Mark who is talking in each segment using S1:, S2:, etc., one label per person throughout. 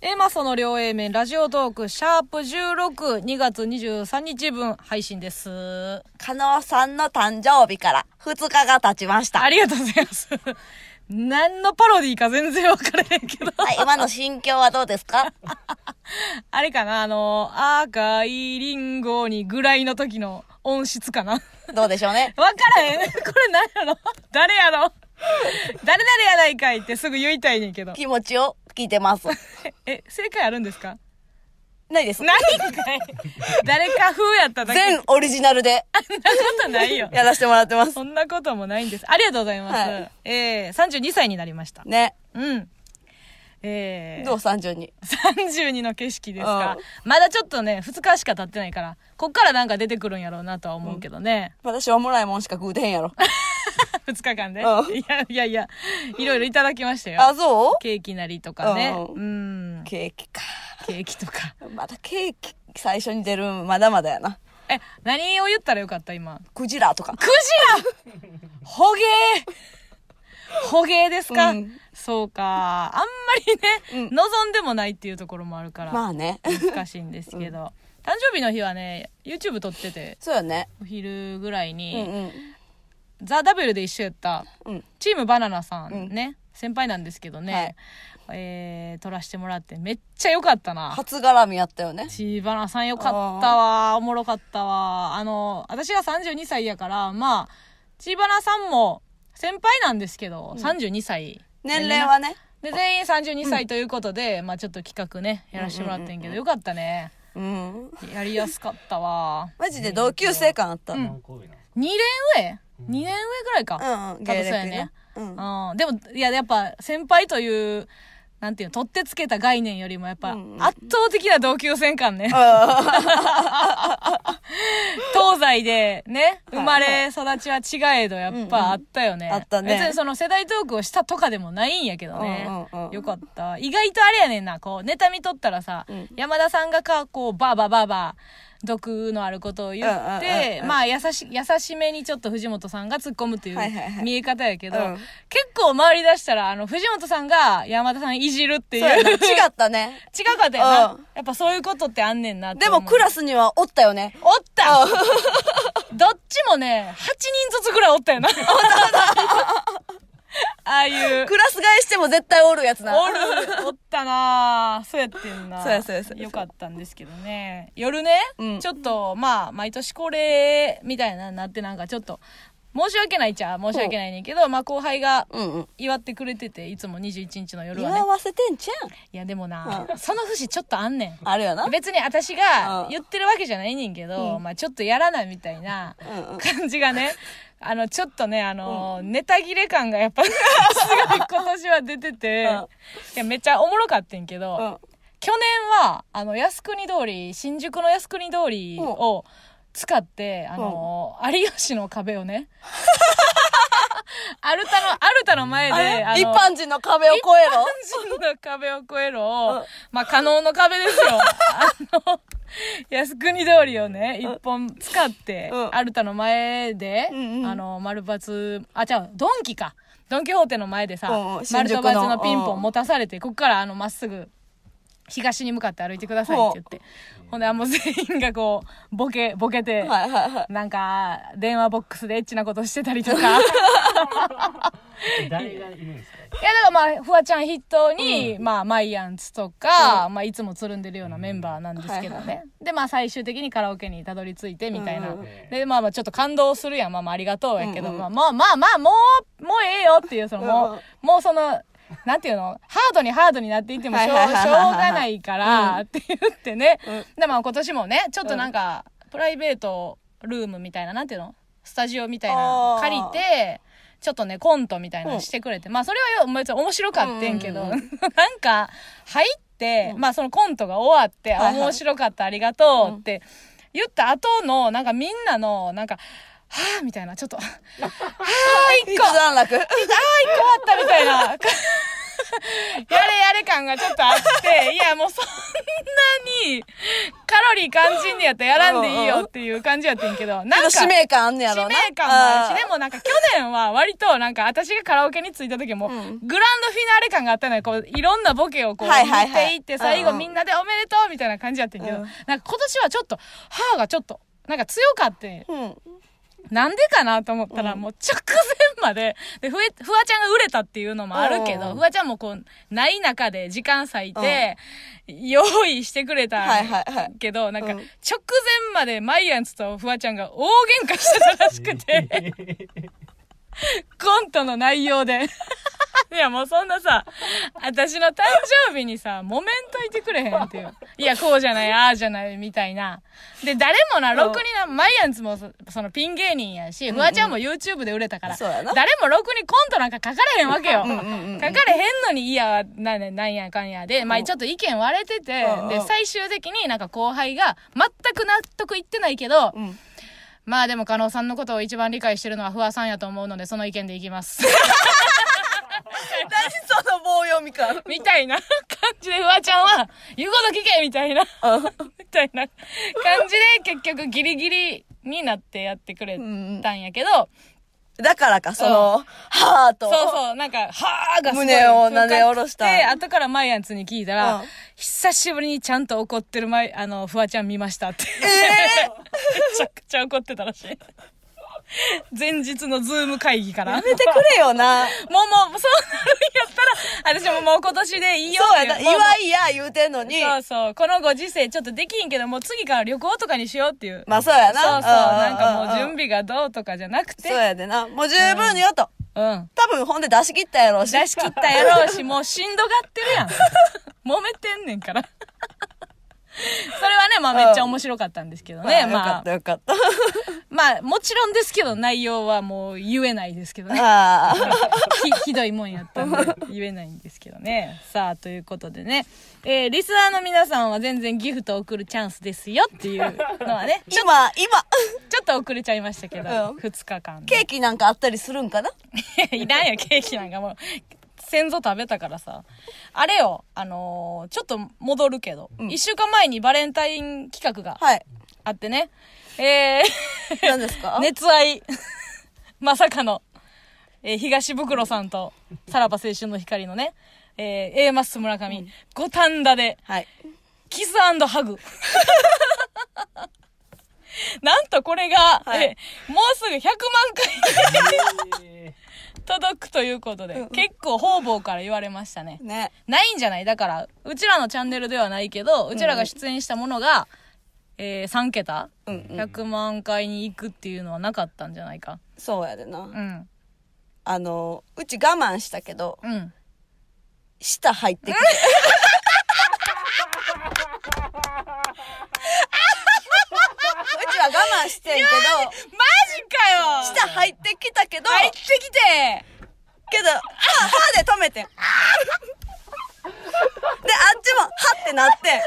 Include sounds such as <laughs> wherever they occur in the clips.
S1: エマソの両 A 面ラジオトークシャープ16、2月23日分配信です。
S2: 加納さんの誕生日から2日が経ちました。
S1: ありがとうございます。何のパロディーか全然わからへんけど。
S2: はい、今の心境はどうで
S1: <laughs>
S2: すか
S1: あれかなあの、赤いリンゴにぐらいの時の音質かなわ
S2: どうでしょうね。
S1: からへん。これ何やろ誰やろ誰々やないかいってすぐ言いたいねんけど。
S2: 気持ちを聞いてます。
S1: え、正解あるんですか
S2: ないです。
S1: ないんかい。誰か風やっただけ。
S2: 全オリジナルで
S1: そんなことないよ。
S2: やらせてもらってま
S1: <laughs>
S2: す。
S1: そんなこともないんです。ありがとうございます。
S2: はい
S1: えー、32歳になりました。
S2: ね。
S1: うん。えー、
S2: どう32。
S1: 32の景色ですか
S2: う。
S1: まだちょっとね、2日しか経ってないから、こっからなんか出てくるんやろうなとは思うけどね。
S2: 私はおもろいもんしか食うてへんやろ。
S1: 2日間で。い
S2: うん
S1: やいやいや、いろいろいただきましたよ。
S2: あ、そう
S1: ケーキなりとかね。う。
S2: うんケーキか。
S1: ケーキとか。
S2: まだケーキ最初に出るんまだまだやな。
S1: え、何を言ったらよかった今。
S2: クジラとか。
S1: クジラ捕鯨捕鯨ですか、
S2: うん
S1: そうか。あんまりね、
S2: うん
S1: 望んでもないっていうところもあるから、
S2: まあね。
S1: 難しいんですけど。誕生日の日はね、YouTube 撮ってて、
S2: そうよね。
S1: お昼ぐらい
S2: うん
S1: に、ザ・ダブルで一緒やった、
S2: うん。うん。
S1: チームバナナさん
S2: うん
S1: ね、先輩なんですけどね、えー撮らせてもらって、めっちゃ良かったな。
S2: 初絡みやったよね。
S1: 千葉さんよかったわおもろかったわあの私が32歳やからまあ千葉さんも先輩なんですけど、32歳
S2: 年齢はね。
S1: で全員32歳ということで、まあちょっと企画ねやらせてもらってんけど、よかったね
S2: うん。
S1: やりやすかったわ
S2: マジで同級生感あった。うん
S3: 何神戸なんですか
S1: 2年上2年上ぐらいか、
S2: うん。
S1: 多
S2: 芸
S1: 分そう
S2: 歴
S1: や
S2: ね
S1: ね。
S2: うん。
S1: うん、でもいややっぱ先輩というなんていうの取ってつけた概念よりもやっぱ
S2: うんうん
S1: 圧倒的な同級生感ね、
S2: あ
S1: <laughs> 東西でね、
S2: はい
S1: 生まれ育ちは違えど、やっぱあったよね。
S2: うんうんあったね
S1: 別にその世代トークをしたとかでもないんやけどね。
S2: うんうんうん
S1: よかった。意外とあれやねんな、こう、ネタ見とったらさ、
S2: うん
S1: 山田さんがか、こう、ばあばばあば、毒のあることを言っ
S2: うんうんうん
S1: て
S2: う、ん
S1: まあ、優し、優しめにちょっと藤本さんが突っ込むってい
S2: はいはいは
S1: う
S2: い
S1: 見え方やけど、
S2: うん
S1: 結構周り出したら、あの、藤本さんが山田さんいじるっていう。
S2: そうやな違
S1: 違
S2: ったね。
S1: <laughs> かったよな。
S2: うん
S1: やっぱそういうことってあんねんなって
S2: で
S1: 思う
S2: もクラスにはおったよね。
S1: おったどっちもね、8人ずつぐらいおったよ
S2: <laughs>
S1: な。 <laughs> ああいう。
S2: <laughs> クラス替えしても絶対おるやつな。
S1: おる、おったなぁそうやってんな
S2: そうやそうやそうや
S1: よかったんですけどね。夜ね、
S2: うん
S1: ちょっと、まあ、毎年恒例みたいなになってなんかちょっと、申し訳ないっちゃ申し訳ないねんけど、まあ後輩が
S2: うんうん。
S1: 祝ってくれてて、いつも21日の夜は
S2: 祝
S1: ね。
S2: わせてんちゃん。
S1: いやでもな、その節ちょっとあんねん。
S2: あるよな。
S1: <laughs> 別に私が言ってるわけじゃないねんけど、まあちょっとやらないみたいな
S2: うんうん
S1: 感じが
S2: <laughs>
S1: ね、あの、ちょっとね、あの、ネタ切れ感がやっぱ、すご <laughs> い今年は出てて、
S2: うん
S1: いやめっちゃおもろかってんけど、
S2: うん。
S1: 去年は、あの、靖国通り、新宿の靖国通りを使って、あの、有吉の壁をね、 <laughs> アルタの、アルタの前で、
S2: あれ
S1: あの
S2: 一般人の壁を越えろ。
S1: 日本人の壁を越えろ
S2: うん。
S1: まあ、可能の壁です
S2: <laughs>
S1: よ。あの、靖国通りをね、一本使って
S2: う、ん
S1: アルタの前で、
S2: うんうん
S1: あの、丸バツ、あ、違う、ドンキか。ドンキホーテの前でさ、
S2: うんうん新
S1: 丸
S2: 宿
S1: と
S2: の
S1: バツのピンポン持たされて、ここからあの、まっすぐ、東に向かって歩いてくださいって言って。ほんで、あもう全員がこう、ボケ、ボケて、
S2: はいはいはい。
S1: なんか、電話ボックスでエッチなことしてたりとか。
S3: 誰がいるんですか
S1: いやだからまあフワちゃん筆頭に、まあマイアンツとか、まあいつもつるんでるようなメンバーなんですけどね、
S2: はいは
S1: でまあ最終的にカラオケにたどり着いてみたいな、
S2: うん
S1: でまあまあちょっと感動するやんまあまあありがとうやけど、
S2: うんうん
S1: まあまあまあまあもうもうええよっていうそのもう,、
S2: うんうん
S1: もうそのなんていうのハードにハードになっていってもしょうしょう
S2: はいはいはいはいはい
S1: がないからって言ってね、
S2: う
S1: でまあ今年もねちょっとなんか、プライベートルームみたいななんていうのスタジオみたいなの借り
S2: あ
S1: てちょっとねコントみたいなのしてくれて、まあそれはよ別に面白かってんけど、 <laughs> なんか入って、まあそのコントが終わって、あ
S2: はいはい
S1: 面白かったありがとうって言った後のなんかみんなのなんかはぁみたいなちょっとはぁ一
S2: 一
S1: 個あー
S2: 段落。
S1: <laughs> 一個終わったみたいなやれやれ感がちょっとあ <laughs> って、いやもうそんなにカロリー感じんねやったらやらんでいいよっていう感じやってんけど、なんか、
S2: 使命感 <laughs> あんねやろうな。
S1: 使命感もあるし、で
S2: も。
S1: もなんか去年は割となんか私がカラオケに着いた時も、
S2: う
S1: グランドフ
S2: ん
S1: ィナーレ感があったのよ。こう、いろんなボケをこう、
S2: はいはい
S1: 見
S2: はい
S1: ていって、最後
S2: うんうん
S1: みんなでおめでとうみたいな感じやってんけど、
S2: うん
S1: なんか今年はちょっと、歯がちょっと、なんか強かって、
S2: うん。
S1: なんでかなと思ったら、もう直前まで、で、ふえ、フワちゃんが売れたっていうのもあるけ
S2: うんうんう
S1: ど、
S2: ん
S1: フワちゃんもこう、ない中で時間割いて、用意してくれた
S2: はいはいはい
S1: けど、なんか、
S2: う
S1: 直
S2: ん
S1: 前までマイアンツとフワちゃんが大喧嘩してたらしく
S2: <laughs>
S1: て、コントの内容で。 <laughs> いやもうそんなさ、私の誕生日にさ、揉めんといてくれへんっていう。いや、こうじゃない、ああじゃない、みたいな。で、誰もな、
S2: ん
S1: ろくにな、マイアンツもそそのピン芸人やし、フワちゃんも YouTube で売れたから、
S2: そうやな
S1: 誰もろくにコントなんか書かれへんわけよ。
S2: うんうんうんうん
S1: 書かれへんのに、いや、なななんやかんやで、まあちょっと意見割れてて
S2: うんう、ん
S1: で、最終的になんか後輩が全く納得いってないけど、 <laughs>
S2: うん。
S1: まあでも、加納さんのことを一番理解してるのはフワさんやと思うので、その意見でいきます。
S2: 何その棒読み感。
S1: みたいな感じで、フワちゃんは、言うこと聞けみたいな、みたいな感じで、結局ギリギリになってやってくれたんやけど、
S2: だからか、その、ハート。
S1: そうそう、なんか、はーがすごい
S2: 胸をなで下ろした
S1: で、後からマイアンツに聞いたら、
S2: うん
S1: 久しぶりにちゃんと怒ってるマイ、あの、フワちゃん見ましたって。めちゃくちゃ怒ってたらしい。前日のズーム会議から。
S2: やめてくれ
S1: <laughs>
S2: よな。
S1: もうもう、そうなるんやったら、私ももう今年でいいよ
S2: そう
S1: っ
S2: や
S1: て。
S2: な。
S1: もう
S2: 祝いや言うてんのに。
S1: そうそう。このご時世ちょっとできんけど、もう次から旅行とかにしようっていう。
S2: まあそうやな。
S1: そうそう。なんかもう準
S2: 備。
S1: 備がどうとかじゃなくて。
S2: そうやでな。もう十分よと。
S1: うん。
S2: 多分ほんで出し切ったやろうし。
S1: 出し切ったやろうし、もうしんどがってるやん。
S2: <laughs>
S1: 揉めてんねんから。それはね、まあめっちゃ面白かったんですけどね。
S2: よか
S1: ま
S2: っ
S1: あ
S2: た、よかった。
S1: まあもちろんですけど、内容はもう言えないですけ
S2: <laughs>
S1: どね。
S2: あ
S1: <laughs> ひひどいもんやったんで言えないんですけどね。さあ、ということでね。えーリスナーの皆さんは全然ギフト送るチャンスですよっていうのはね
S2: ー、今、今、
S1: ちょっと遅れちゃいましたけど、
S2: うん
S1: 2日間で。
S2: ケーキなんかあったりするんかな
S1: <laughs> いらんや、ケーキなんかもう。先祖食べたからさ。あれよ、あのーちょっと戻るけど、一
S2: ん
S1: 週間前にバレンタイン企画が
S2: はい。
S1: あってね。え
S2: <laughs> 何です
S1: ー、
S2: か
S1: 熱愛。 <laughs> まさかの、えー東袋さんと、さらば青春の光のね、えー、A マッソ村上、五反田で、
S2: はい。
S1: キスハ
S2: <laughs>
S1: グ。なんとこれが、
S2: はい
S1: えもうすぐ100万回届くということで、結構方々から言われましたね。
S2: ね。
S1: ないんじゃないだから、うちらのチャンネルではないけど、うちらが出演したものが、えー、3桁
S2: うんうん。
S1: 100万回に行くっていうのはなかったんじゃないか。
S2: そうやでな
S1: う。ん。
S2: あの、うち我慢したけど、
S1: うん。
S2: 舌入ってき
S1: <laughs>
S2: て。うちは我慢してんけど、
S1: マジかよ
S2: 舌入ってきたけど、
S1: 入ってきて
S2: けど、は、歯で止
S1: <laughs>
S2: めてん。で、あっちも、はってなってん。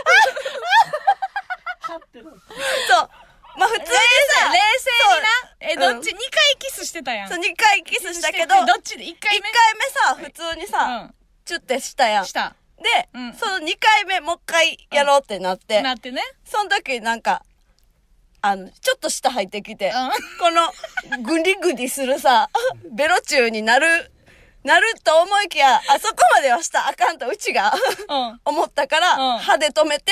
S2: そう。まあ普通に
S1: 冷静
S2: さ、
S1: にな。
S2: そう
S1: え、どっち、
S2: う
S1: 2
S2: ん
S1: 回キスしてたやん。
S2: そう、2回キスしたけど、
S1: して
S2: 1
S1: どっちで ?1 回目
S2: 回目さ、普通に
S1: う
S2: さ
S1: ん、
S2: チュってしたやん。で
S1: した。、うん
S2: その2回目、もう一回やろうってなって、
S1: なってね。
S2: その時なんか、あの、ちょっと下入ってきて、
S1: う
S2: この、グリグリするさ、ベロチューになる、なると思いきや、あそこまではしたらあかんと、うちが
S1: うん。
S2: 思ったから、
S1: うん
S2: 歯で止めて、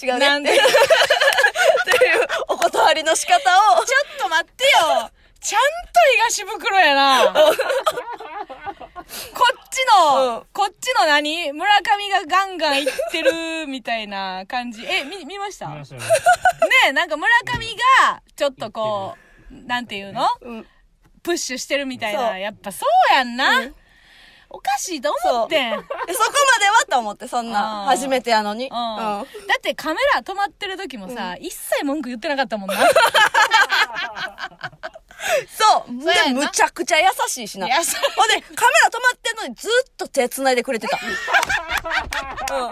S1: う
S2: 違
S1: ん。
S2: う
S1: な
S2: ね
S1: ん
S2: っ
S1: で、
S2: て
S1: ちょっ
S2: いうお断りの仕方を、
S1: と待ってよちゃんと東袋や <laughs> な。こっちの、
S2: うん
S1: こっちの何村上がガンガン行ってるみたいな感じ。え、見、見ましたねえ、なんか村上が、ちょっとこう、なんていうの
S2: <laughs> うん
S1: プッシュしてるみたい
S2: そ
S1: な。
S2: う
S1: やっぱそうやんな。おかしいと思ってん。
S2: でそこまではと思って、そん
S1: あー
S2: な、初めてやのに。
S1: うんだ
S2: うん
S1: ってカメラ止まってる時もさ、一切文句言ってなかったもん <laughs> な。
S2: そう。
S1: そうや
S2: で、
S1: んな
S2: むちゃくちゃ優しいしな。
S1: 優しい
S2: ほんで、カメラ止まってんのにずっと手繋いでくれてた。うん
S1: なん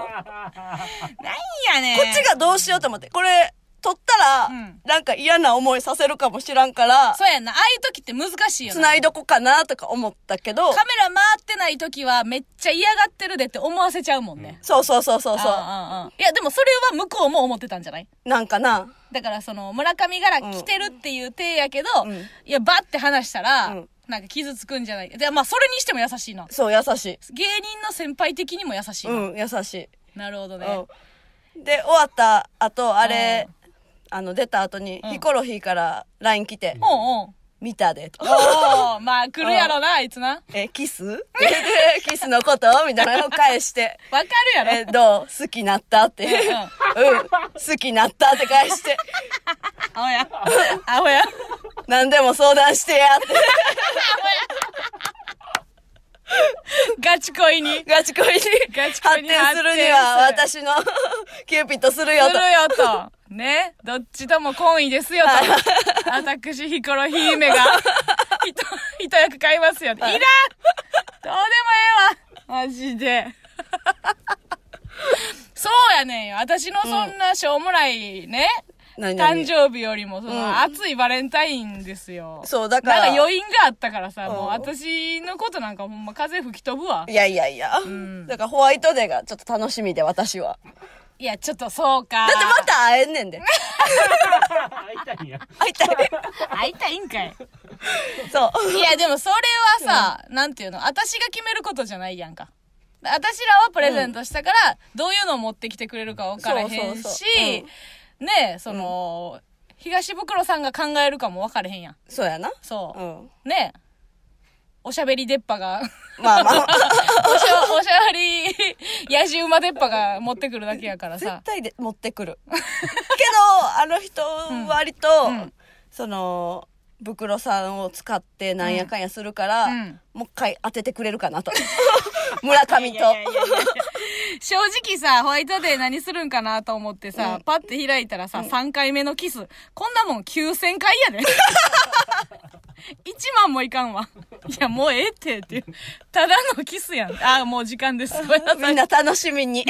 S1: やねん。
S2: こっちがどうしようと思って、これ、取ったら、
S1: うん
S2: なんか嫌な思いさせるかもしらんから、
S1: そうやんな。ああいう時って難しいよな。
S2: 繋いどこかなとか思ったけど、
S1: カメラ回ってない時はめっちゃ嫌がってるでって思わせちゃうもんね。
S2: そうそうそうそうそ。
S1: んんうんいや、でもそれは向こうも思ってたんじゃないう
S2: なんかな、
S1: だからその村上から来てるっていう体やけど、
S2: うん
S1: いや、バッて話したら、
S2: うん
S1: なんか傷つくんじゃない。で、まあそれにしても優しいな。
S2: そう、優しい。
S1: 芸人の先輩的にも優しいな。
S2: うん、優しい。
S1: なるほどね。
S2: うん、で終わった後あれ、あの出た後に、
S1: うん
S2: ヒコロヒーから LINE 来て「
S1: おうおう。
S2: 見たで」と
S1: おうまあ来るやろな、あいつな。わ
S2: 「えキス?」 <laughs> って言ってキスのこと?」みたいなのを返して
S1: かる
S2: 「
S1: やろ。
S2: えどう好きになった?」って「うん、好きになった」って返して
S1: アホや。アホや。
S2: 「何でも相談してや」って
S1: <laughs> ガチ恋に。
S2: ガチ恋に
S1: ガチ
S2: 発
S1: 恋に
S2: 展するには
S1: 発展
S2: 私の <laughs> キューピッドするよ
S1: す
S2: と
S1: る。よと。ね。どっちとも懇意ですよと。私、ヒコロヒーメが、ひと、ひと役買いますよ。いらんどうでもええわマジで。そうやねんよ。私のそんなしょうもないね、
S2: 何々
S1: 誕生日よりも、そ
S2: うん
S1: の、熱いバレンタインですよ。
S2: そうだから
S1: なんか余韻があったからさ、もう
S2: うん
S1: 私のことなんかほんま風吹き飛ぶわ。
S2: いやいやいや、だからホワイトデーがちょっと楽しみで私はい
S1: や、ちょっとそうか。
S2: だってまた会えんねんで
S3: <laughs> 会いたいんや。
S2: 会いたい
S1: 会いたいんかい。
S2: そう。
S1: い
S2: <laughs>
S1: や、でもそれはさ、なんていうの、私が決めることじゃないやんか。私らはプレゼントしたから、どういうのを持ってきてくれるか分からへんし、
S2: そうそうそう
S1: ねえ、その、東袋さんが考えるかも分からへんやん。
S2: そうやな。
S1: そう。
S2: うん。
S1: ねえ。おしゃべり出っ歯が、 <laughs>
S2: まあまあ。
S1: おしゃ、おしゃべり、 <laughs> やじ馬出っ歯が持ってくるだけやからさ
S2: 絶。対で持って
S1: <laughs>
S2: くる。けど、あの人、割と、
S1: ん
S2: その、袋さんを使ってなんやかんやするから、
S1: うんうん
S2: もう一回当ててくれる
S1: <laughs>
S2: かなと。村上と。
S1: 正直さ、ホワイトデー何するんかなと思ってさ、パッて開いたらさ、3回目のキス。こんなもん9000回やで。1万もいかんわ。いや、もうええって、っていう。ただのキスやん。あー、もう時間です。ごめんなさい
S2: みん。な楽しみに。